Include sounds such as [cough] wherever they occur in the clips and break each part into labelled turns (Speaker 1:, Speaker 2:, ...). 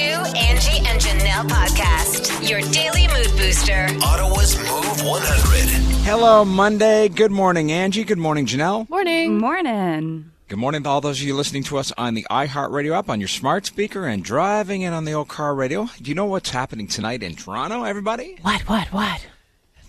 Speaker 1: Angie and Janelle podcast, your daily mood booster.
Speaker 2: Ottawa's Move 100.
Speaker 3: Hello, Monday. Good morning, Angie. Good morning, Janelle.
Speaker 4: Morning.
Speaker 5: Morning.
Speaker 3: Good morning to all those of you listening to us on the iHeartRadio app, on your smart speaker, and driving in on the old car radio. Do you know what's happening tonight in Toronto, everybody?
Speaker 4: What, what, what?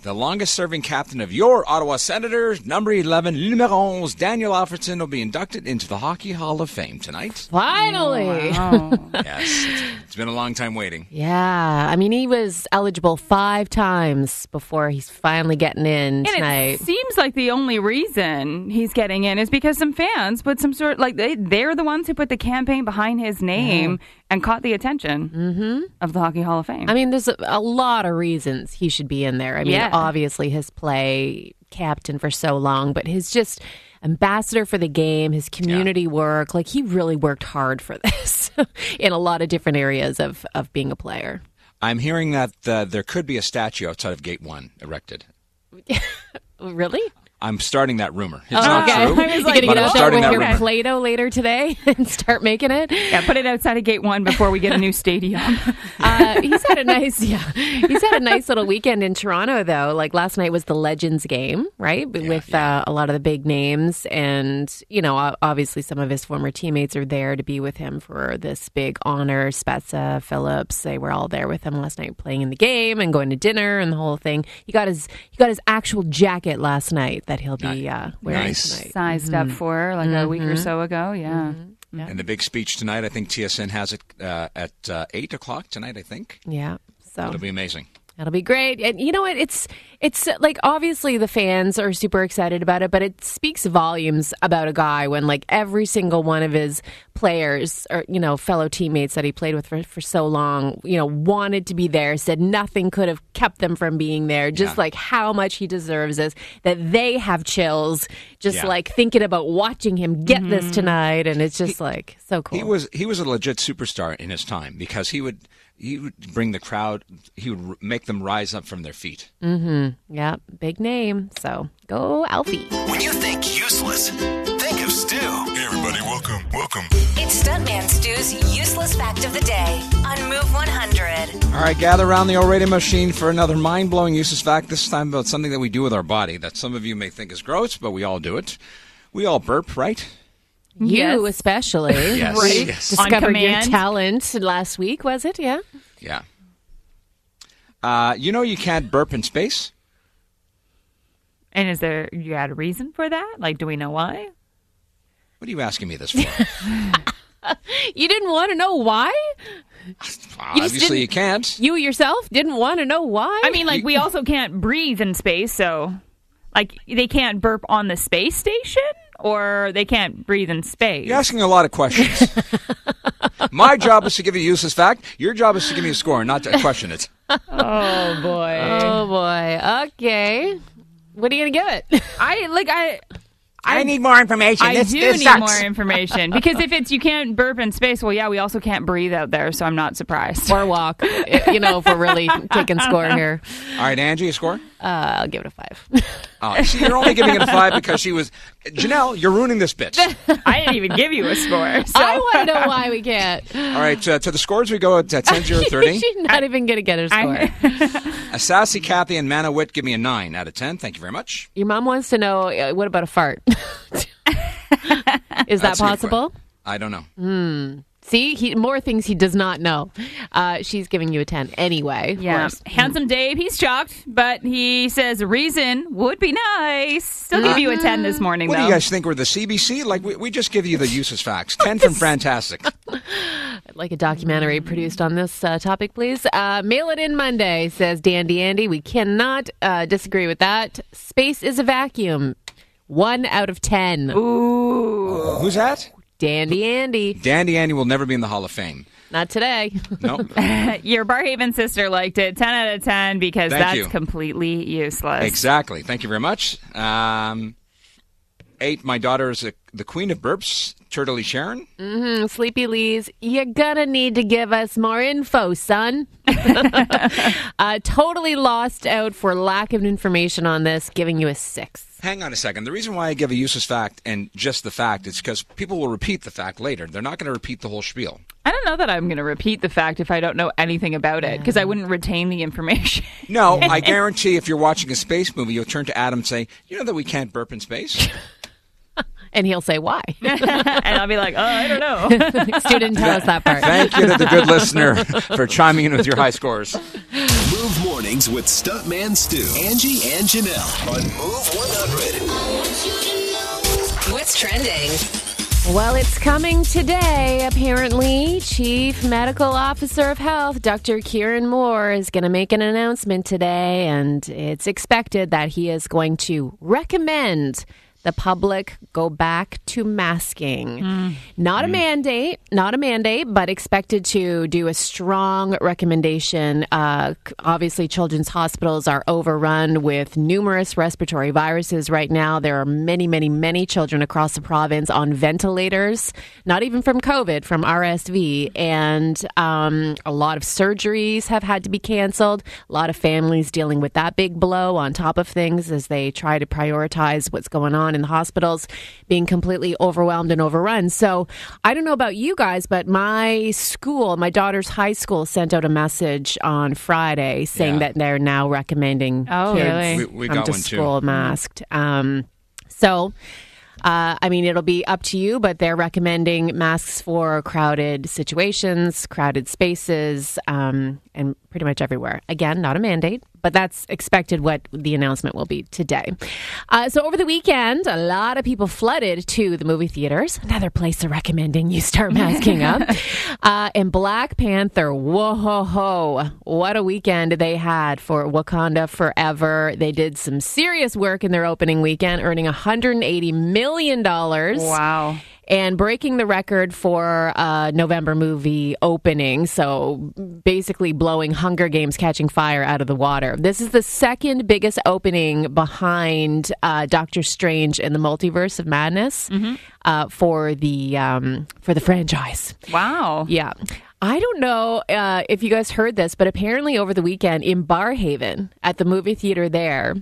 Speaker 3: The longest serving captain of your Ottawa Senators, number 11, numero 11, Daniel Alfredson, will be inducted into the Hockey Hall of Fame tonight.
Speaker 4: Finally.
Speaker 5: [laughs]
Speaker 3: yes, it's- it's been a long time waiting.
Speaker 4: Yeah. I mean, he was eligible five times before he's finally getting in
Speaker 5: And
Speaker 4: tonight.
Speaker 5: it seems like the only reason he's getting in is because some fans put some sort like they they're the ones who put the campaign behind his name and caught the attention of the Hockey Hall of Fame.
Speaker 4: Mm-hmm. I mean, there's a, a lot of reasons he should be in there. I mean,
Speaker 5: Yeah.
Speaker 4: obviously his play captain for so long, but his just ambassador for the game, his community work, like he really worked hard for [laughs] this in a lot of different areas of, of being a player.
Speaker 3: I'm hearing that uh, there could be a statue outside of Gate 1 erected.
Speaker 4: Really?
Speaker 3: I'm starting that rumor. It's not
Speaker 4: Oh, okay. [laughs]
Speaker 3: true.
Speaker 4: You're gonna
Speaker 3: but
Speaker 4: get
Speaker 3: I'm
Speaker 4: out there
Speaker 3: starting
Speaker 4: with
Speaker 3: that
Speaker 4: your
Speaker 3: rumor.
Speaker 4: "Oh, Play-Doh later today [laughs] and start making it.
Speaker 5: yeah, put it outside of gate one before we get a
Speaker 4: [laughs]
Speaker 5: new stadium.
Speaker 4: uh, he's had a nice [laughs] yeah he's had a nice little weekend in toronto though like last night was the legends game right But with Uh, a lot of the big names and you know o- obviously some of his former teammates are there to be with him for this big honor spezza phillips they were all there with him last night playing in the game and going to dinner and the whole thing he got his he got his actual jacket last night that he'll be uh, wearing
Speaker 3: Nice.
Speaker 4: tonight
Speaker 5: Sized up
Speaker 4: Mm-hmm.
Speaker 5: for like a week or so ago. Yeah.
Speaker 3: And the big speech tonight, I think TSN has it uh, at uh, 8 o'clock tonight, I think.
Speaker 4: yeah so
Speaker 3: It'll be amazing.
Speaker 4: That'll be great. And you know what? It's it's uh, like obviously the fans are super excited about it, but it speaks volumes about a guy when like every single one of his players or you know fellow teammates that he played with for, for so long, you know, wanted to be there, said nothing could have kept them from being there. Just like how much he deserves this, that they have chills just
Speaker 3: Yeah. Mm-hmm.
Speaker 4: like thinking about watching him get this tonight and it's just like so cool.
Speaker 3: He was he was a legit superstar in his time because he would he would bring the crowd. He would r- make them rise up from their feet.
Speaker 4: yeah, big name. So, go Alfie.
Speaker 2: When you think useless, think of Stu. Hey, everybody, welcome, welcome.
Speaker 1: It's Stuntman Stu's useless fact of the day on Move 100.
Speaker 4: Mm-hmm.
Speaker 3: All right, gather around the old radio machine for another mind blowing useless fact. This time about something that we do with our body that some of you may think is gross, but we all do it. We all burp, right?
Speaker 4: You
Speaker 5: Yes.
Speaker 4: especially.
Speaker 3: [laughs] Yes.
Speaker 5: Right.
Speaker 3: Yes.
Speaker 5: On
Speaker 4: Discovered your
Speaker 5: command.
Speaker 4: talent last week, was it? Yeah.
Speaker 3: Yeah. Uh, you know you can't burp in space.
Speaker 5: And is there you got a reason for that? Like, do we know why?
Speaker 3: What are you asking me this
Speaker 4: [laughs]
Speaker 3: for?
Speaker 4: You didn't want to know why?
Speaker 3: Obviously,
Speaker 4: didn't-
Speaker 3: you can't.
Speaker 4: You yourself didn't want to know why?
Speaker 5: I mean,
Speaker 4: [laughs]
Speaker 5: like, we also can't breathe in space, so like they can't burp on the space station, or they can't breathe in space.
Speaker 3: You're asking a lot of
Speaker 5: [laughs]
Speaker 3: questions. My job is to give you a useless fact. Your job is to give me a score, not to question it.
Speaker 5: Oh boy.
Speaker 4: oh boy. Okay. What are you gonna give it?
Speaker 5: I like I
Speaker 3: [laughs] I, need more information.
Speaker 5: I do need more information because if it's you can't burp in space, well, yeah, we also can't breathe out there, so I'm not
Speaker 4: [laughs]
Speaker 5: surprised.
Speaker 4: or walk? you know, if we're really taking score here,
Speaker 3: All right, Angie, a score.
Speaker 4: uh, I'll give it a five.
Speaker 3: Oh, see, you're only giving it a five because she was Janelle. You're ruining this
Speaker 5: [laughs]
Speaker 3: bitch.
Speaker 5: I didn't even give you a [laughs] score. So.
Speaker 4: [laughs] I want to know why we can't.
Speaker 3: All right, uh, to the scores we go at uh, 10,
Speaker 4: [laughs]
Speaker 5: [laughs]
Speaker 3: 0, 30.
Speaker 4: She's not even gonna get her score.
Speaker 5: I-
Speaker 3: Uh, Sassy, Kathy, and Manawit give me a nine out of ten. Thank you very much.
Speaker 4: Your mom wants to know uh, what about a [laughs] fart? Is that
Speaker 3: That's a good
Speaker 4: possible?
Speaker 3: question. I don't know.
Speaker 5: Mm,
Speaker 4: See, he, more things he does not know. Uh, she's giving you a 10 anyway. of
Speaker 5: yeah,
Speaker 4: course.
Speaker 5: handsome Dave, he's shocked, but he says a reason would be nice. Still give Mm-hmm. you a ten this morning
Speaker 3: What do
Speaker 5: though.
Speaker 3: you guys think? We're the CBC? Like we, we just give
Speaker 5: [laughs]
Speaker 3: you the useless facts. Ten from fantastic.
Speaker 4: Like a documentary produced on this uh, topic, please. Uh, mail it in Monday, says Dandy Andy. We cannot uh, disagree with that. Space is a vacuum. One out of 10.
Speaker 3: Who's that?
Speaker 4: Dandy Andy.
Speaker 3: Dandy Andy will never be in the Hall of Fame.
Speaker 4: Not today. [laughs]
Speaker 3: No.
Speaker 5: [laughs] Your Barhaven sister liked it, ten out of ten, because
Speaker 3: Thank
Speaker 5: that's
Speaker 3: you.
Speaker 5: completely useless.
Speaker 3: Exactly. Thank you very much. Um, eight. My daughter is a, the queen of burps, Turtley Sharon.
Speaker 4: Mm, Sleepy Lee's, you're gonna need to give us more info, son. uh, totally lost out for lack of information on this, giving you a six.
Speaker 3: Hang on a second. The reason why I give a useless fact and just the fact is because people will repeat the fact later. They're not going to repeat the whole spiel.
Speaker 5: I don't know that I'm going to repeat the fact if I don't know anything about it because I wouldn't retain the [laughs] information.
Speaker 4: [laughs]
Speaker 3: No, I guarantee if you're watching a space movie, you'll turn to Adam and say, You know that we can't burp in
Speaker 4: [laughs]
Speaker 3: space?
Speaker 4: And he'll say why. [laughs]
Speaker 5: and I'll be like, oh, I don't know.
Speaker 4: Student tell us that part.
Speaker 3: Thank you to the good listener for chiming in with your high scores. Uh,
Speaker 2: Move mornings with Stuntman Stu, Angie, and Janelle on Move 100.
Speaker 1: What's trending?
Speaker 4: Well, it's coming today, apparently. Chief Medical Officer of Health, Dr. Kieran Moore, is going to make an announcement today, and it's expected that he is going to recommend the public go back to masking. Not a mandate, not a mandate, but expected to do a strong recommendation. Uh, c- obviously, children's hospitals are overrun with numerous respiratory viruses right now. There are many, many, many children across the province on ventilators, not even from COVID, from RSV. And um, a lot of surgeries have had to be canceled. A lot of families dealing with that big blow on top of things as they try to prioritize what's going on in the hospitals, being completely overwhelmed and overrun. So I don't know about you guys, but my school, my daughter's high school, sent out a message on Friday saying
Speaker 3: Yeah.
Speaker 4: that they're now recommending
Speaker 5: Oh,
Speaker 4: kids
Speaker 5: really?
Speaker 3: We- we
Speaker 4: come
Speaker 3: got
Speaker 4: to
Speaker 3: one too.
Speaker 4: school masked. Um, so, uh, I mean, it'll be up to you, but they're recommending masks for crowded situations, crowded spaces, um, and pretty much everywhere. Again, not a mandate, but that's expected what the announcement will be today. Uh, so, over the weekend, a lot of people flooded to the movie theaters. Another place they're recommending you start [laughs] masking up. Uh, and Black Panther, whoa, ho, ho. What a weekend they had for Wakanda Forever. They did some serious work in their opening weekend, earning $180 million.
Speaker 5: wow.
Speaker 4: And breaking the record for uh, November movie opening. So basically blowing Hunger Games Catching Fire out of the water. This is the second biggest opening behind uh, Doctor Strange and the Multiverse of Madness uh, for, the, um, for the franchise.
Speaker 5: [laughs] Wow.
Speaker 4: Yeah. I don't know uh, if you guys heard this, but apparently over the weekend in Barhaven at the movie theater there,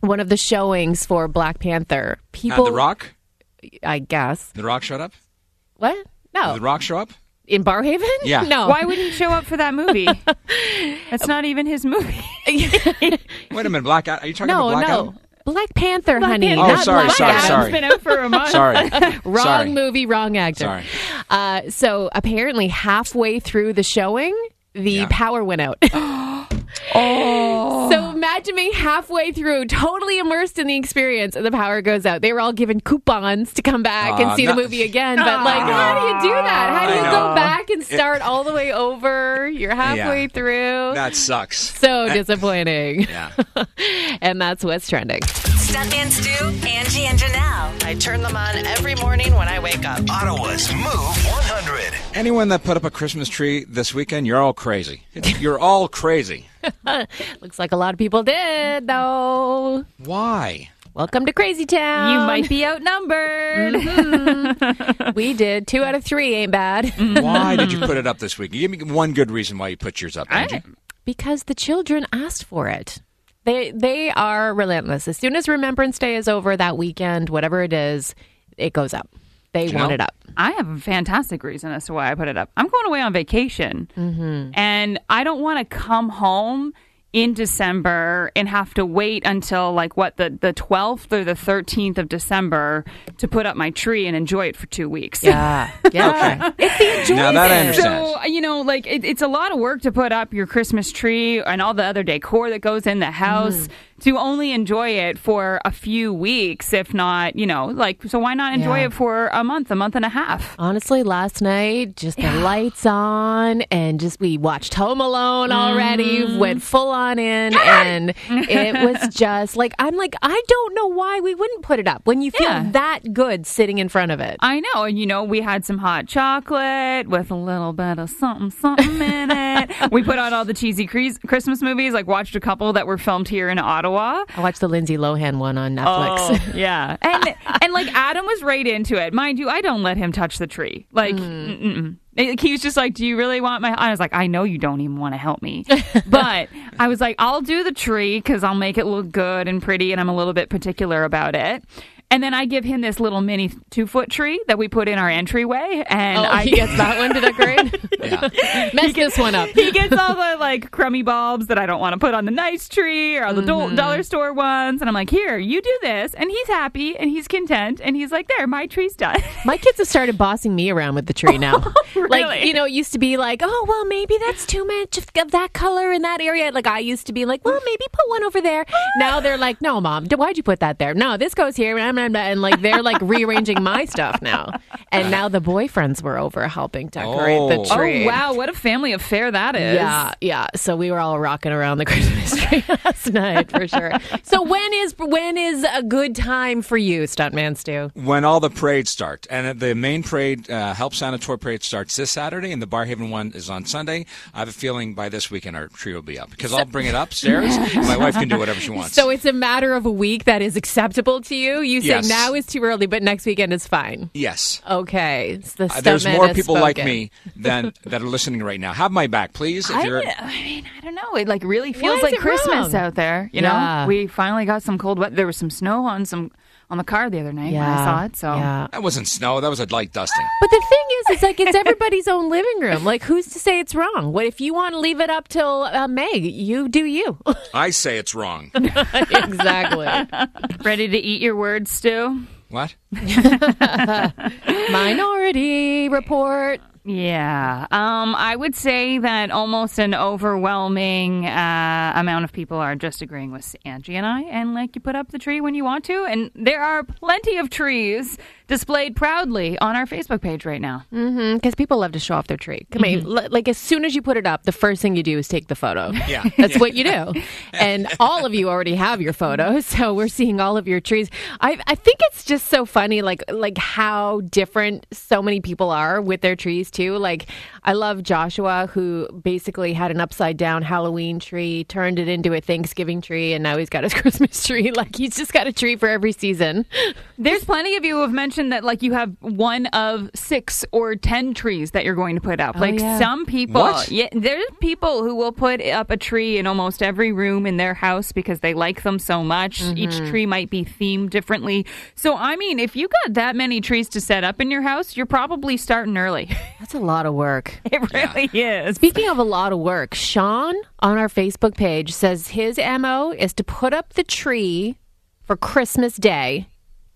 Speaker 4: one of the showings for Black Panther,
Speaker 3: Uh,
Speaker 4: people,
Speaker 3: the Rock?
Speaker 4: I guess.
Speaker 3: The Rock showed up?
Speaker 4: What? No.
Speaker 3: Did The Rock show up?
Speaker 4: in Barhaven?
Speaker 3: Yeah.
Speaker 4: No. [laughs]
Speaker 5: Why would he show up for that
Speaker 3: [laughs]
Speaker 5: movie? That's not even his movie.
Speaker 3: Wait a minute, Blackout. Are you talking
Speaker 4: no,
Speaker 3: about Blackout?
Speaker 4: no. [laughs] Black Panther, honey.
Speaker 5: Panther.
Speaker 3: Oh,
Speaker 4: not
Speaker 3: sorry,
Speaker 4: Black
Speaker 3: sorry,
Speaker 4: Adam.
Speaker 3: sorry.
Speaker 5: It's been out for a month.
Speaker 3: Sorry.
Speaker 4: Wrong
Speaker 3: Sorry.
Speaker 4: movie, wrong actor.
Speaker 3: Sorry.
Speaker 4: Uh, so apparently, halfway through the showing, the power
Speaker 3: [gasps]
Speaker 4: went out. [gasps] oh. So imagine being halfway through, totally immersed in the experience, and the power goes out. They were all given coupons to come back and
Speaker 3: Aw,
Speaker 4: see
Speaker 3: Ah, no-
Speaker 4: the movie again. But, like,
Speaker 3: know.
Speaker 4: how do you do that? How do
Speaker 3: I
Speaker 4: you
Speaker 3: know.
Speaker 4: go back and start all the way over? You're halfway through.
Speaker 3: That sucks.
Speaker 4: so disappointing.
Speaker 3: Yeah.
Speaker 4: [laughs] and that's what's trending.
Speaker 1: Stuntman Stu, Angie, and Janelle.
Speaker 6: I turn them on every morning when I wake up.
Speaker 2: Ottawa's Move 100.
Speaker 3: Anyone that put up a Christmas tree this weekend, you're all crazy. You're all crazy.
Speaker 4: Looks like a lot of people did, though.
Speaker 3: Why?
Speaker 4: Welcome to Crazy Town. Mm-hmm.
Speaker 5: You might be outnumbered. [laughs]
Speaker 4: We did. Two out of three ain't bad.
Speaker 5: Mm.
Speaker 3: Why did you put it up this week? Give me one good reason why you put yours up, Angie.
Speaker 4: because the children asked for it. They they are relentless. As soon as Remembrance Day is over that weekend, whatever it is, it goes up. They want
Speaker 3: know?
Speaker 4: it up.
Speaker 5: I have a fantastic reason as to why I put it up. I'm going away on vacation,
Speaker 3: Mm-hmm.
Speaker 5: and I don't want to come home in December and have to wait until like what the the 12th or the 13th of December to put up my tree and enjoy it for two
Speaker 4: [laughs]
Speaker 5: weeks.
Speaker 4: Yeah. Yeah. It's the enjoyment.
Speaker 3: Now that I understand.
Speaker 5: So uh, you know, like it, it's a lot of work to put up your Christmas tree and all the other decor that goes in the house to only enjoy it for a few weeks, if not, you know, like so. Why not enjoy
Speaker 4: Yeah.
Speaker 5: it for a month, a month and a half?
Speaker 4: Honestly, last night, just the lights on, and just we watched Home Alone already,
Speaker 5: Mm-hmm.
Speaker 4: went full on in, and it
Speaker 5: [laughs]
Speaker 4: was just like, I'm like, I don't know why we wouldn't put it up when you feel
Speaker 5: Yeah.
Speaker 4: that good sitting in front of it.
Speaker 5: I know. And, you know, we had some hot chocolate with a little bit of something, something in it. We put on all the cheesy cre- Christmas movies, like watched a couple that were filmed here in Ottawa.
Speaker 4: I watched the Lindsay Lohan one on Netflix. [laughs]
Speaker 5: Oh, [laughs] yeah. And and like Adam was right into it. Mind you, I don't let him touch the tree. Like mm. mm he was just like, "Do you really want my?" I was like, "I know you don't even want to help [laughs] me," but I was like, "I'll do the tree because I'll make it look good and pretty, and I'm a little bit particular about it." And then I give him this little mini two foot tree that we put in our entryway, and
Speaker 4: Oh,
Speaker 5: [laughs] I
Speaker 4: he gets that one to decorate. [laughs] yeah. Mess this one up.
Speaker 5: he gets all the like crummy bulbs that I don't want to put on the nice tree or the do- dollar store ones. And I'm like, here, you do this. And he's happy and he's content. And he's like, there, my tree's done.
Speaker 4: My kids have started bossing me around with the tree
Speaker 5: [laughs]
Speaker 4: now. Like,
Speaker 5: Oh, Really?
Speaker 4: you know, it used to be like, oh, well, maybe that's too much of of that color in that area. Like, I used to be like, well, maybe put one over
Speaker 5: [laughs]
Speaker 4: there. Now they're like, no, mom, d- why'd you put that there? No, this goes here. blah, blah, blah. And like, they're
Speaker 5: [laughs]
Speaker 4: like rearranging my stuff now. And now the boyfriends were over helping decorate the
Speaker 3: Oh.
Speaker 4: tree.
Speaker 5: Oh, wow. What a family affair that is.
Speaker 4: Yeah, yeah. So we were all rocking around the Christmas [laughs] tree last night for sure. So when is when is a good time for you, stuntman Stu?
Speaker 3: when all the parades start, and the main parade, uh, Help Santa Tour Parade starts this Saturday, and the Barhaven one is on Sunday. I have a feeling by this weekend our tree will be up because I'll bring it upstairs. and my wife can do whatever she wants.
Speaker 4: So it's a matter of a week that is acceptable to you. You say
Speaker 3: Yes.
Speaker 4: now is too early, but next weekend is fine.
Speaker 3: yes.
Speaker 4: Okay, it's the
Speaker 3: Uh, there's
Speaker 4: stuntman
Speaker 3: more
Speaker 4: has
Speaker 3: people like
Speaker 4: spoken.
Speaker 3: me than that are listening right now. Have my back, please. If
Speaker 5: I,
Speaker 3: you're
Speaker 5: uh, I mean, I don't know. It like really feels
Speaker 4: is
Speaker 5: like
Speaker 4: it
Speaker 5: Christmas
Speaker 4: wrong?
Speaker 5: out there. You
Speaker 4: Yeah.
Speaker 5: know, we finally got some cold weather. There was some snow on some on the car the other night when I saw it. So
Speaker 4: yeah.
Speaker 3: that wasn't snow. That was a light dusting.
Speaker 4: But the thing is, it's like it's everybody's own living room. Like, who's to say it's wrong? What if you want to leave it up till uh, May? You do you. [laughs]
Speaker 3: I say it's
Speaker 5: [laughs]
Speaker 3: wrong.
Speaker 4: exactly.
Speaker 5: ready to eat your words, Stu?
Speaker 3: what?
Speaker 4: Minority report.
Speaker 5: Yeah. Um, I would say that almost an overwhelming uh, amount of people are just agreeing with Angie and I. And like you put up the tree when you want to. And there are plenty of trees displayed proudly on our Facebook page right now.
Speaker 4: Because people love to show off their tree. Come on, l- like as soon as you put it up, the first thing you do is take the [laughs] photo.
Speaker 3: Yeah.
Speaker 4: that's what you do. And all of you already have your photos, so we're seeing all of your trees. I I think it's just so funny, like like how different so many people are with their trees too. Like I love Joshua who basically had an upside down Halloween tree, turned it into a Thanksgiving tree, and now he's got his [laughs] Christmas tree. Like he's just got a tree for every season.
Speaker 5: There's plenty of you who have mentioned that like you have one of six or ten trees that you're going to put up. like
Speaker 4: yeah.
Speaker 5: some people,
Speaker 3: What?
Speaker 5: yeah, there's people who will put up a tree in almost every room in their house because they like them so much. Each tree might be themed differently. So I mean, if you got that many trees to set up in your house, you're probably starting early. [laughs]
Speaker 4: That's a lot of work.
Speaker 5: it really is.
Speaker 4: Speaking of a lot of work, Sean on our Facebook page says his MO is to put up the tree for Christmas Day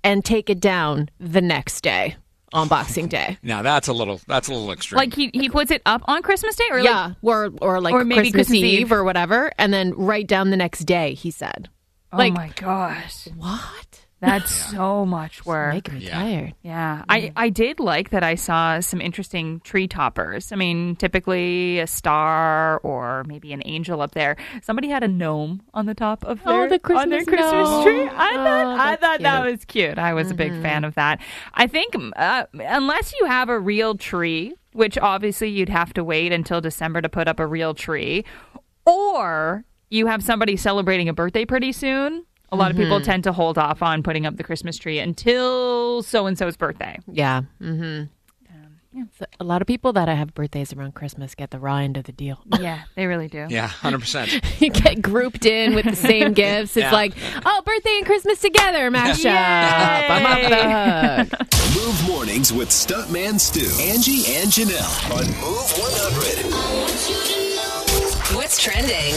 Speaker 4: and take it down the next day on Boxing Day.
Speaker 3: Now that's a little. That's a little extreme.
Speaker 5: Like he, he puts it up on Christmas Day or like
Speaker 4: yeah, or or like
Speaker 5: Or maybe
Speaker 4: Christmas,
Speaker 5: Christmas
Speaker 4: Eve,
Speaker 5: Eve.
Speaker 4: or whatever, and then right down the next day, he said. like
Speaker 5: oh my gosh.
Speaker 4: what?
Speaker 5: That's so much work.
Speaker 4: Making me tired.
Speaker 5: Yeah, I, I did like that I saw some interesting tree toppers. I mean, typically a star or maybe an angel up there. Somebody had a gnome on the top of
Speaker 4: Oh,
Speaker 5: their,
Speaker 4: the Christmas
Speaker 5: on their Christmas
Speaker 4: gnome.
Speaker 5: tree. I
Speaker 4: Oh,
Speaker 5: thought I
Speaker 4: that's
Speaker 5: thought that was cute. I was a big fan of that. I think uh, unless you have a real tree, which obviously you'd have to wait until December to put up a real tree, or you have somebody celebrating a birthday pretty soon. A lot of people tend to hold off on putting up the Christmas tree until so and so's birthday.
Speaker 4: Yeah. Mm-hmm. So a lot of people that I have birthdays around Christmas get the raw end of the
Speaker 5: [laughs]
Speaker 4: deal.
Speaker 5: Yeah, they really do.
Speaker 3: yeah, hundred percent.
Speaker 4: [laughs] you get grouped in with the same gifts. It's
Speaker 3: Yeah.
Speaker 4: like, oh, birthday and Christmas together mashup. Uh, I'm up the hook.
Speaker 2: Move mornings with Stuntman Stu, Angie, and Janelle on Move 100.
Speaker 1: What's trending?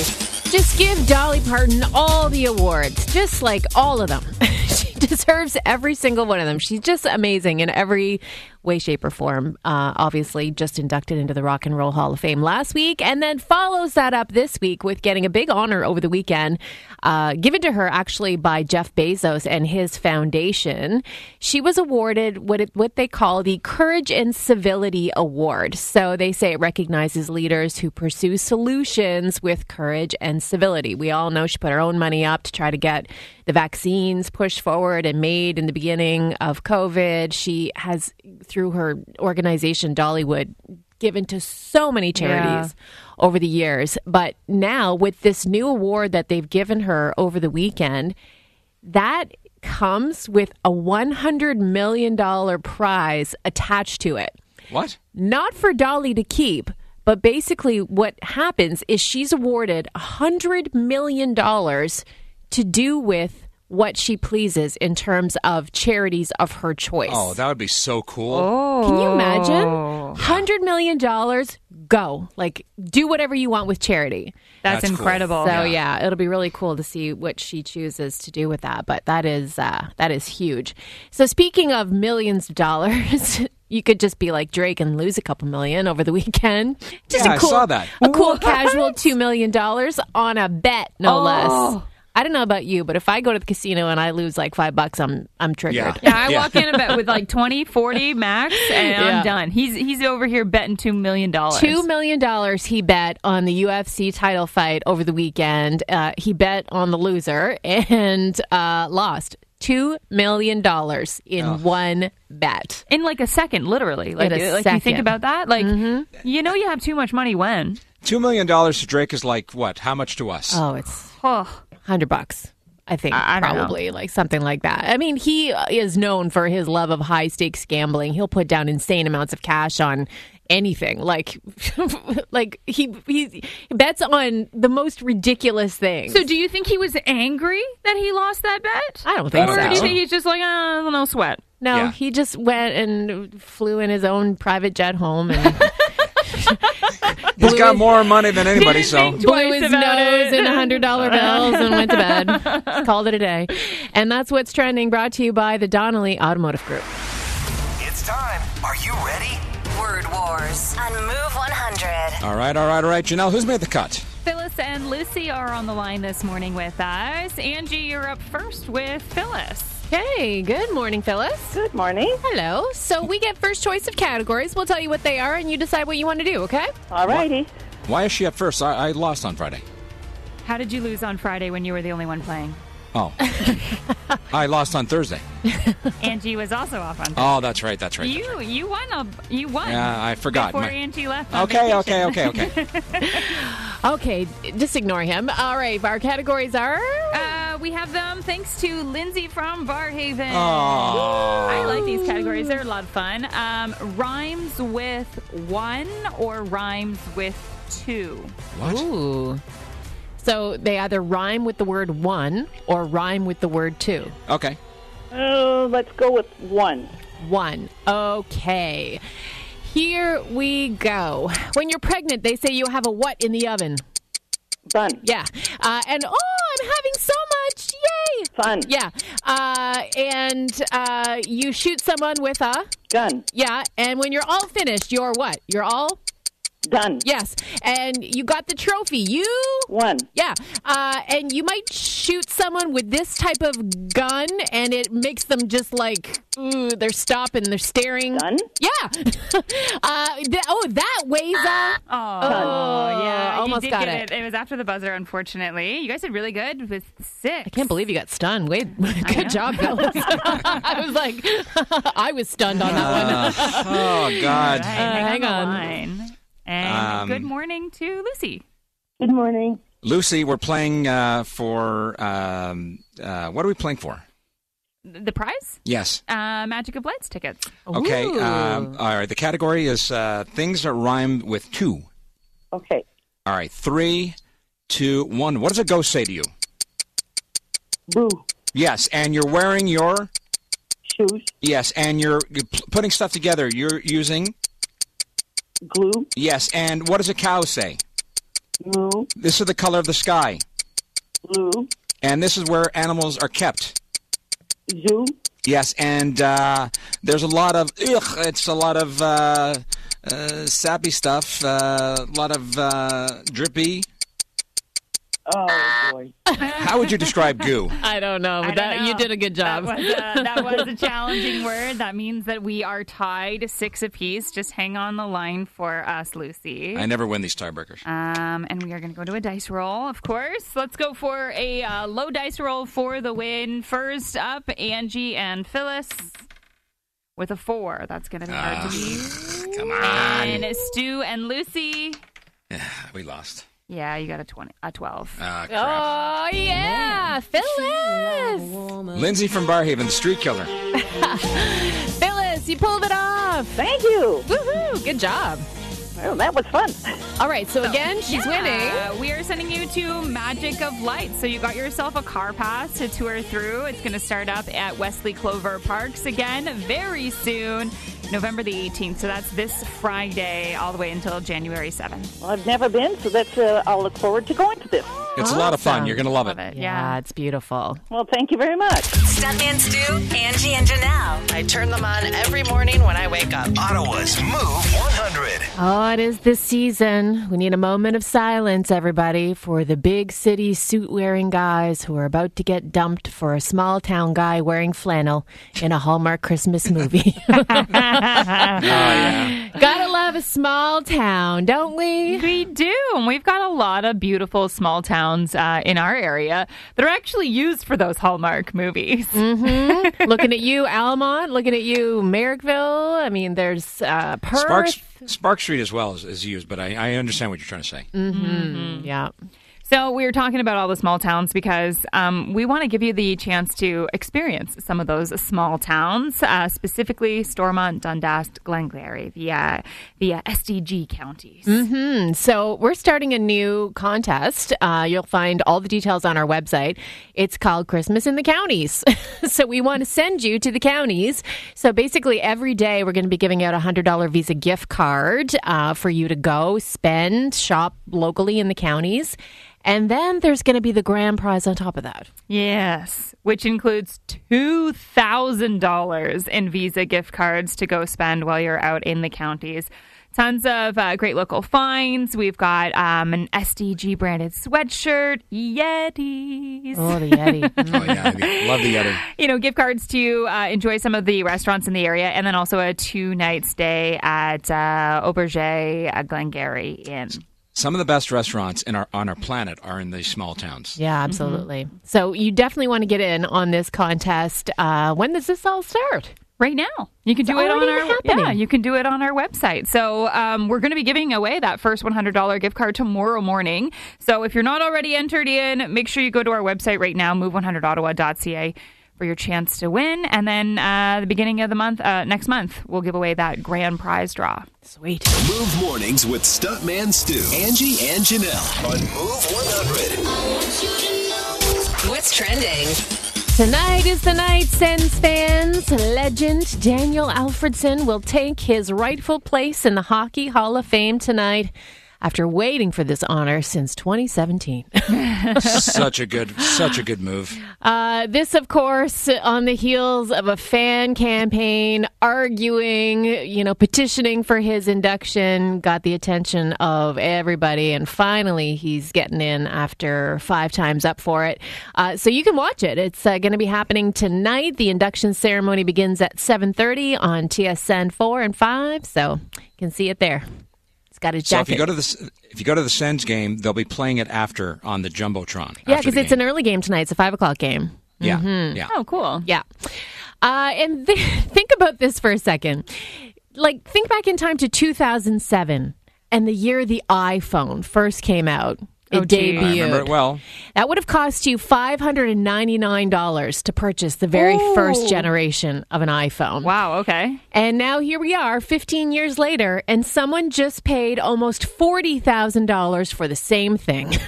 Speaker 4: Just give Dolly Parton all the awards, just like all of them. [laughs] she deserves every single one of them. She's just amazing in every way, shape, or form. Uh, obviously, just inducted into the Rock and Roll Hall of Fame last week, and then follows that up this week with getting a big honor over the weekend uh, given to her actually by Jeff Bezos and his foundation. She was awarded what it, what they call the Courage and Civility Award. So they say it recognizes leaders who pursue solutions with courage and civility. We all know she put her own money up to try to get the vaccines pushed forward and made in the beginning of COVID. She has through her organization Dollywood given to so many charities over the years. But now, with this new award that they've given her over the weekend, that comes with a $100 million prize attached to it
Speaker 3: What?
Speaker 4: not for Dolly to keep, but basically what happens is she's awarded $100 million to do with what she pleases in terms of charities of her choice.
Speaker 3: Oh, that would be so cool.
Speaker 5: Oh.
Speaker 4: Can you imagine? $100 million, go. Like, do whatever you want with charity.
Speaker 5: That's,
Speaker 3: That's cool.
Speaker 5: incredible.
Speaker 4: So yeah. it'll be really cool to see what she chooses to do with that. But that is uh, that is huge. So speaking of millions of dollars, [laughs] you could just be like Drake and lose a couple million over the weekend. [laughs] Just
Speaker 3: Yeah, I
Speaker 4: a cool,
Speaker 3: saw that.
Speaker 4: a cool casual two million dollars on a bet, no
Speaker 3: Oh.
Speaker 4: less. I don't know about you, but if I go to the casino and I lose like five bucks, I'm I'm triggered.
Speaker 5: Yeah, I walk in a bet with like 20, [laughs] 40 max, and
Speaker 4: Yeah.
Speaker 5: I'm done. He's he's over here betting two million dollars.
Speaker 4: Two million dollars he bet on the UFC title fight over the weekend. Uh, he bet on the loser and uh, lost two million dollars in one bet.
Speaker 5: in like a second, literally. Like, uh,
Speaker 4: a
Speaker 5: like you think
Speaker 4: second. Mm-hmm.
Speaker 5: about that, like you know, you have too much money when.
Speaker 3: Two million dollars to Drake is like what? How much to us?
Speaker 5: Uh,
Speaker 4: Oh, it's
Speaker 5: Oh,
Speaker 4: hundred bucks. I think
Speaker 5: I- I don't know.
Speaker 4: probably like something like that. I mean, he uh, is known for his love of high stakes gambling. He'll put down insane amounts of cash on anything. Like, [laughs] like he he bets on the most ridiculous things.
Speaker 5: so do you think he was angry that he lost that bet?
Speaker 4: I don't think
Speaker 3: Or
Speaker 5: Or
Speaker 4: so.
Speaker 5: do you think he's just like, oh, no sweat?
Speaker 4: No,
Speaker 3: Yeah.
Speaker 4: he just went and flew in his own private jet home
Speaker 5: [laughs]
Speaker 4: and
Speaker 3: He's got
Speaker 4: Bluey-
Speaker 3: more money than anybody, so
Speaker 5: think
Speaker 4: blew
Speaker 5: Twice
Speaker 4: his
Speaker 5: about
Speaker 4: nose
Speaker 5: it.
Speaker 4: in hundred dollar bills and went to
Speaker 5: [laughs]
Speaker 4: bed. Called it a day. And that's what's trending. Brought to you by the Donnelly Automotive Group.
Speaker 2: It's time. Are you ready?
Speaker 1: Word Wars on Move 100.
Speaker 3: All right, all right, all right. Janelle, who's made the cut?
Speaker 5: Phyllis and Lucy are on the line this morning with us. Angie, you're up first with Phyllis.
Speaker 4: Hey, good morning, Phyllis.
Speaker 7: Good morning.
Speaker 4: Hello. So we get first choice of categories. We'll tell you what they are, and you decide what you want to do. Okay?
Speaker 7: All righty.
Speaker 3: Why is she up first? I, I lost on Friday.
Speaker 5: How did you lose on Friday when you were the only one playing?
Speaker 3: Oh, I lost on Thursday.
Speaker 5: [laughs] Angie was also off on.
Speaker 3: Oh, that's right, that's right. that's right.
Speaker 5: You you won a you won.
Speaker 3: Yeah, I forgot.
Speaker 5: Before
Speaker 3: My-
Speaker 5: Angie left. on
Speaker 3: Okay,
Speaker 5: vacation.
Speaker 3: okay, okay,
Speaker 5: [laughs]
Speaker 3: okay.
Speaker 4: Okay. Just ignore him. All right. Our categories are.
Speaker 5: Uh, we have them thanks to Lindsay from Barhaven.
Speaker 3: Aw.
Speaker 5: I like these categories; they're a lot of fun. Um, rhymes with one or rhymes with two.
Speaker 3: What?
Speaker 4: Ooh. So they either rhyme with the word one or rhyme with the word two.
Speaker 3: Okay.
Speaker 7: Uh, let's go with one.
Speaker 4: one. Okay. Here we go. When you're pregnant, they say you have a what in the oven?
Speaker 7: Fun.
Speaker 4: Yeah. Uh, and oh, I'm having so much. Yay.
Speaker 7: Fun.
Speaker 4: Yeah. Uh, and uh, you shoot someone with a.
Speaker 7: Gun.
Speaker 4: Yeah. And when you're all finished, you're what? You're all.
Speaker 7: Done.
Speaker 4: Yes. And you got the trophy. You.
Speaker 7: One.
Speaker 4: Yeah. Uh, and you might shoot someone with this type of gun, and it makes them just like, ooh, they're stopping, they're staring.
Speaker 7: Gun?
Speaker 4: Yeah. [laughs] uh, th- oh, that weighs up.
Speaker 5: Oh, yeah,
Speaker 4: uh, almost
Speaker 5: you did
Speaker 4: got it.
Speaker 5: get it. was after the buzzer, unfortunately. You guys did really good with six.
Speaker 4: Can't believe you got stunned. [laughs] Wait, good job, Phyllis. [laughs] I was like, [laughs] I was stunned on that one.
Speaker 5: [laughs]
Speaker 3: Uh, oh God.
Speaker 5: All right, hang,
Speaker 4: hang on.
Speaker 5: on. the line. And
Speaker 3: Um,
Speaker 5: good morning to Lucy.
Speaker 7: Good morning.
Speaker 3: Lucy, we're playing uh, for um, uh, what are we playing for?
Speaker 5: The prize,
Speaker 3: Yes.
Speaker 5: uh, Magic of Lights tickets.
Speaker 3: Okay.
Speaker 4: Ooh.
Speaker 3: Um, all right. The category is uh, things that rhyme with two.
Speaker 7: Okay.
Speaker 3: All right. Three, two, one. What does a ghost say to you?
Speaker 7: Boo.
Speaker 3: Yes. And you're wearing your
Speaker 7: Shoes.
Speaker 3: yes. And you're, you're p- putting stuff together. You're using
Speaker 7: Glue.
Speaker 3: yes. And what does a cow say?
Speaker 7: Moo.
Speaker 3: This is the color of the sky.
Speaker 7: Blue.
Speaker 3: And this is where animals are kept.
Speaker 7: Zoo.
Speaker 3: Yes, and uh, there's a lot of ugh, it's a lot of uh, uh, sappy stuff, uh, a lot of uh, drippy.
Speaker 7: Oh, boy.
Speaker 3: How would you describe
Speaker 4: [laughs]
Speaker 3: goo?
Speaker 4: I don't know, but
Speaker 5: I
Speaker 4: that,
Speaker 5: don't
Speaker 4: you
Speaker 5: know.
Speaker 4: did a good job.
Speaker 5: That was
Speaker 4: [laughs]
Speaker 5: a, that was a challenging word. That means that we are tied six apiece. Just hang on the line for us, Lucy.
Speaker 3: I never win these tiebreakers.
Speaker 4: Ah.
Speaker 5: Um, and we are going to go to a dice roll, of course. Let's go for a uh, low dice roll for the win. First up, Angie and Phyllis with a four. That's going to be hard to beat.
Speaker 3: Ah, Come on.
Speaker 5: And Stu and Lucy.
Speaker 3: We lost.
Speaker 5: Yeah, you got a twenty, a twelve.
Speaker 3: Ah, crap.
Speaker 5: oh yeah, Phyllis.
Speaker 3: Lindsay from Barhaven, the street killer.
Speaker 4: Phyllis, you pulled it off.
Speaker 7: Thank you.
Speaker 4: Woohoo! Good job.
Speaker 7: Well, that was fun.
Speaker 4: All right, so again, she's winning.
Speaker 5: Uh, we are sending you to Magic of Light. So you got yourself a car pass to tour through. It's going to start up at Wesley Clover Parks again very soon, November the 18th. So that's this Friday all the way until January 7th.
Speaker 7: Well, I've never been, so that's. Uh, I'll look forward to going to this.
Speaker 3: It's a lot of fun.
Speaker 4: Awesome.
Speaker 3: You're going to love
Speaker 5: Love
Speaker 3: it.
Speaker 5: it.
Speaker 4: Yeah, it's beautiful.
Speaker 7: Well, thank you very much.
Speaker 1: Stuntman Stu, Angie, and Janelle.
Speaker 6: I turn them on every morning when I wake up.
Speaker 2: Ottawa's Move 100.
Speaker 4: Oh, it is this season. We need a moment of silence, everybody, for the big city suit wearing guys who are about to get dumped for a small town guy wearing flannel in a Hallmark Christmas movie. [laughs]
Speaker 3: Oh,
Speaker 4: Gotta love a small town, don't we?
Speaker 5: We do, and we've got a lot of beautiful small towns uh, in our area that are actually used for those Hallmark movies.
Speaker 4: looking at you, Almont. Looking at you, Merrickville. I mean, there's uh, Perth. Mm.
Speaker 3: Sparks, Spark Street as well is, is used, but I, I understand what you're trying to say.
Speaker 4: Yeah.
Speaker 5: So we were talking about all the small towns because um, we want to give you the chance to experience some of those small towns, uh, specifically Stormont, Dundas, Glengarry, via via SDG counties.
Speaker 4: So we're starting a new contest. Uh, you'll find all the details on our website. It's called Christmas in the Counties. [laughs] so we want to send you to the counties. So basically, every day we're going to be giving out a hundred dollar Visa gift card uh, for you to go spend, shop locally in the counties, and then there's going to be the grand prize on top of that.
Speaker 5: Yes, which includes two thousand dollars in Visa gift cards to go spend while you're out in the counties. Tons of uh, great local finds. We've got um, an SDG branded sweatshirt, Yetis.
Speaker 4: Oh, the [laughs] Yeti.
Speaker 3: Oh, yeah. I love the other.
Speaker 5: you know, gift cards to uh, enjoy some of the restaurants in the area, and then also a two night stay at uh, Auberge at Glengarry Inn.
Speaker 3: Some of the best restaurants in our on our planet are in these small towns.
Speaker 4: Yeah, absolutely. So you definitely want to get in on this contest. Uh, when does this all start?
Speaker 5: Right now, you can do it on
Speaker 4: already
Speaker 5: our
Speaker 4: happening.
Speaker 5: yeah. You can do it on our website. So um, we're going to be giving away that first one hundred dollar gift card tomorrow morning. So if you're not already entered in, make sure you go to our website right now, move100ottawa.ca, for your chance to win. And then uh, the beginning of the month, uh, next month, we'll give away that grand prize draw.
Speaker 4: Sweet.
Speaker 2: Move mornings with Stuntman Stu, Angie, and Janelle on Move 100.
Speaker 1: What's trending?
Speaker 4: Tonight is the night Sens fans. Legend Daniel Alfredson will take his rightful place in the Hockey Hall of Fame tonight after waiting for this honor since 2017.
Speaker 3: such a good, such a good move.
Speaker 4: Uh, this, of course, on the heels of a fan campaign arguing, you know, petitioning for his induction, got the attention of everybody, and finally he's getting in after five times up for it. Uh, so you can watch it. It's uh, going to be happening tonight. The induction ceremony begins at seven thirty on TSN four and five, so you can see it there. It's got a jacket.
Speaker 3: So if you go to the S- if you go to the Sens game, they'll be playing it after on the jumbotron.
Speaker 4: yeah,
Speaker 3: after
Speaker 4: because
Speaker 3: the
Speaker 4: it's an Mm-hmm.
Speaker 3: game.
Speaker 4: early game tonight. It's a five o'clock game.
Speaker 3: yeah, yeah.
Speaker 5: Oh, cool.
Speaker 4: Yeah. Uh, and th- [laughs] think about this for a second. Like, think back in time to 2007 and the year the iPhone first came out. It
Speaker 5: Oh, geez.
Speaker 4: debuted.
Speaker 3: I remember it well.
Speaker 4: That would have cost you $599 to purchase the very first generation of an iPhone.
Speaker 5: Wow. Okay.
Speaker 4: And now here we are 15 years later, and someone just paid almost $40,000 for the same thing. [laughs]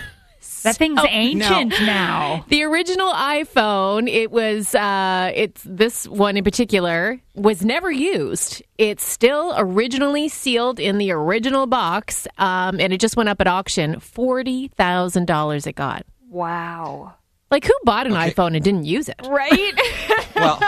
Speaker 5: That thing's ancient now.
Speaker 4: The original iPhone, it was, uh, it's this one in particular, was never used. It's still originally sealed in the original box, um, and it just went up at auction. Forty thousand dollars it got.
Speaker 5: Wow.
Speaker 4: Like, who bought an iPhone and didn't use it?
Speaker 5: Right? [laughs]
Speaker 3: Well,
Speaker 4: [laughs]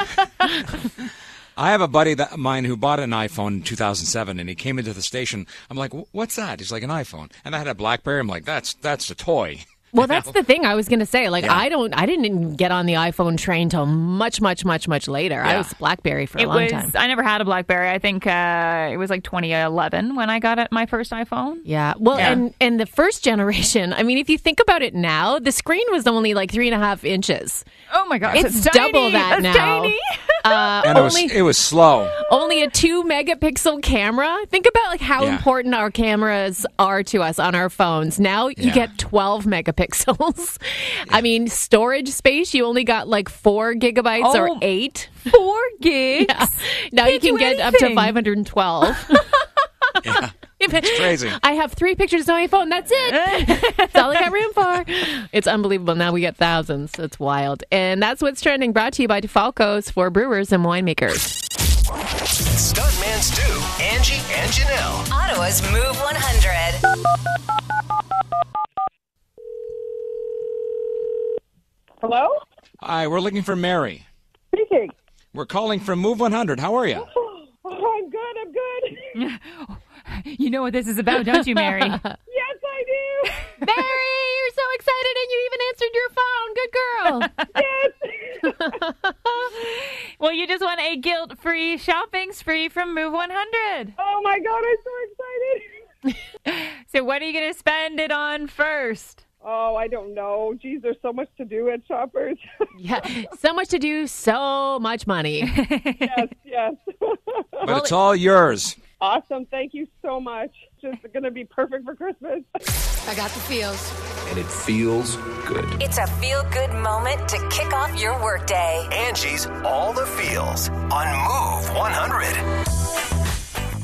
Speaker 3: I have a buddy that mine who bought an iPhone in 2007, and he came into the station. I'm like, "Wh- "What's that?" He's like, "An iPhone." And I had a BlackBerry. I'm like, "That's that's a toy."
Speaker 4: Well, that's the thing I was going to say. Like, I don't, I didn't even get on the iPhone train till much, much, much, much later. I
Speaker 3: Yeah.
Speaker 4: was BlackBerry for a
Speaker 5: it
Speaker 4: long
Speaker 5: was.
Speaker 4: time.
Speaker 5: I never had a BlackBerry. I think uh, it was like 2011 when I got it, my first iPhone.
Speaker 4: Yeah. Well,
Speaker 5: Yeah.
Speaker 4: and and the first generation. [laughs] I mean, if you think about it now, the screen was only like three and a half inches.
Speaker 5: Oh my gosh,
Speaker 4: It's
Speaker 5: tiny.
Speaker 4: double that
Speaker 5: That's [laughs]
Speaker 4: now.
Speaker 5: tiny.
Speaker 4: Uh,
Speaker 3: and it was
Speaker 4: only-
Speaker 3: it was slow.
Speaker 4: only a two megapixel camera. Think about like how
Speaker 3: Yeah.
Speaker 4: important our cameras are to us on our phones. Now you
Speaker 3: Yeah.
Speaker 4: get 12 [laughs] megapixels. I mean, storage space, you only got like four gigabytes or
Speaker 5: Oh.
Speaker 4: eight. [laughs]
Speaker 5: Four gigs.
Speaker 4: Now you
Speaker 5: Can't
Speaker 4: can
Speaker 5: do
Speaker 4: get up to
Speaker 5: anything. [laughs]
Speaker 4: 512. It's
Speaker 3: crazy.
Speaker 4: I have three pictures on my phone. That's it. [laughs] That's all I got room for. It's unbelievable. Now we get thousands. It's wild. And that's what's trending. Brought to you by DeFalco's for brewers and winemakers.
Speaker 2: Stuntman Stu, Angie, and Janelle.
Speaker 1: Ottawa's Move 100.
Speaker 7: Hello?
Speaker 3: Hi, we're looking for Mary.
Speaker 7: Speaking.
Speaker 3: We're calling from Move 100. How are you?
Speaker 7: Oh, I'm good. I'm good. [laughs]
Speaker 5: You know what this is about, don't you, [laughs] Mary?
Speaker 7: Yes, I do.
Speaker 4: Mary, you're so excited and you even answered your phone. Good
Speaker 5: [laughs]
Speaker 4: girl.
Speaker 5: well, you just won a guilt-free shopping spree from Move 100.
Speaker 7: Oh my God, I'm so excited.
Speaker 5: So what are you going to spend it on first?
Speaker 7: Oh, I don't know. Geez, there's so much to do at Shoppers. [laughs]
Speaker 4: yeah. So much to do, so much money.
Speaker 7: yes, yes.
Speaker 3: But it's all yours.
Speaker 7: awesome. Thank you so much. Just going to be perfect for Christmas.
Speaker 2: And it feels good.
Speaker 1: It's a feel good moment to kick off your workday.
Speaker 2: Angie's All the Feels on Move 100.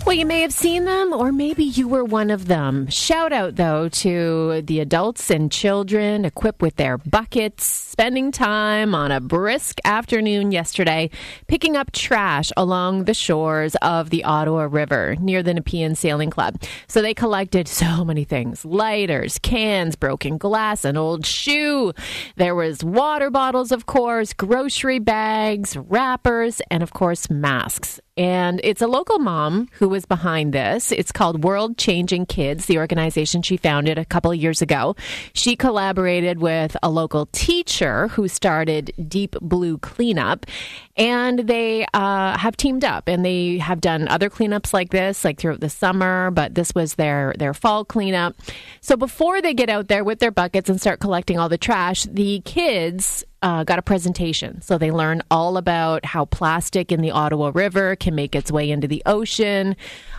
Speaker 4: Well, you may have seen them, or maybe you were one of them. Shout out, though, to the adults and children equipped with their buckets, spending time on a brisk afternoon yesterday, picking up trash along the shores of the Ottawa River near the Nepean Sailing Club. So they collected so many things lighters, cans, broken glass, an old shoe. There was water bottles, of course, grocery bags, wrappers, and, of course, masks. And it's a local mom who was behind this. It's called World Changing Kids, the organization she founded a couple of years ago. She collaborated with a local teacher who started Deep Blue Cleanup, and they uh, have teamed up and they have done other cleanups like this, like throughout the summer. But this was their their fall cleanup. So before they get out there with their buckets and start collecting all the trash, the kids uh, got a presentation. So they learn all about how plastic in the Ottawa River can make its way into the ocean,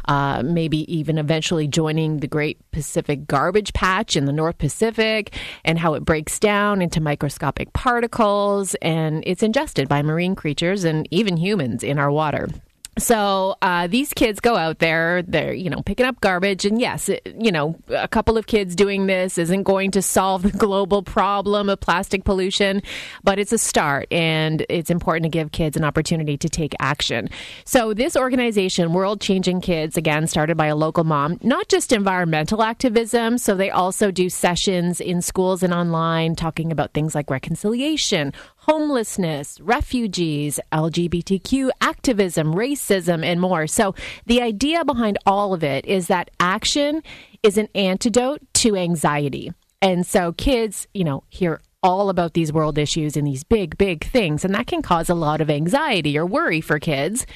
Speaker 4: uh, maybe even eventually joining the Great Pacific Garbage Patch in the North Pacific, and how it breaks down into microscopic particles and it's ingested by marine creatures and even humans in our water. So uh, these kids go out there, they're you know picking up garbage, and yes, it, you know a couple of kids doing this isn't going to solve the [laughs] global problem of plastic pollution, but it's a start, and it's important to give kids an opportunity to take action. So this organization, World Changing Kids, again started by a local mom, not just environmental activism. So they also do sessions in schools and online talking about things like reconciliation, homelessness, refugees, LGBTQ activism, racism, and more. So, the idea behind all of it is that action is an antidote to anxiety. And so, kids, you know, hear all about these world issues and these big, big things, and that can cause a lot of anxiety or worry for kids.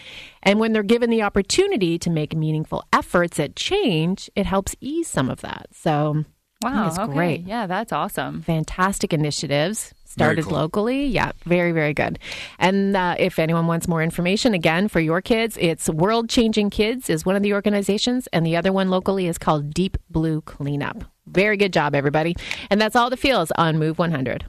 Speaker 4: And when they're given the opportunity to make meaningful efforts at change, it helps ease some of that. So, I think
Speaker 5: Wow,
Speaker 4: it's
Speaker 5: okay.
Speaker 4: great
Speaker 5: Yeah, that's awesome.
Speaker 4: fantastic initiatives started
Speaker 3: cool.
Speaker 4: locally yeah very very good and uh, if anyone wants more information again for your kids it's world changing kids is one of the organizations and the other one locally is called deep blue cleanup very good job everybody and that's all the feels on move 100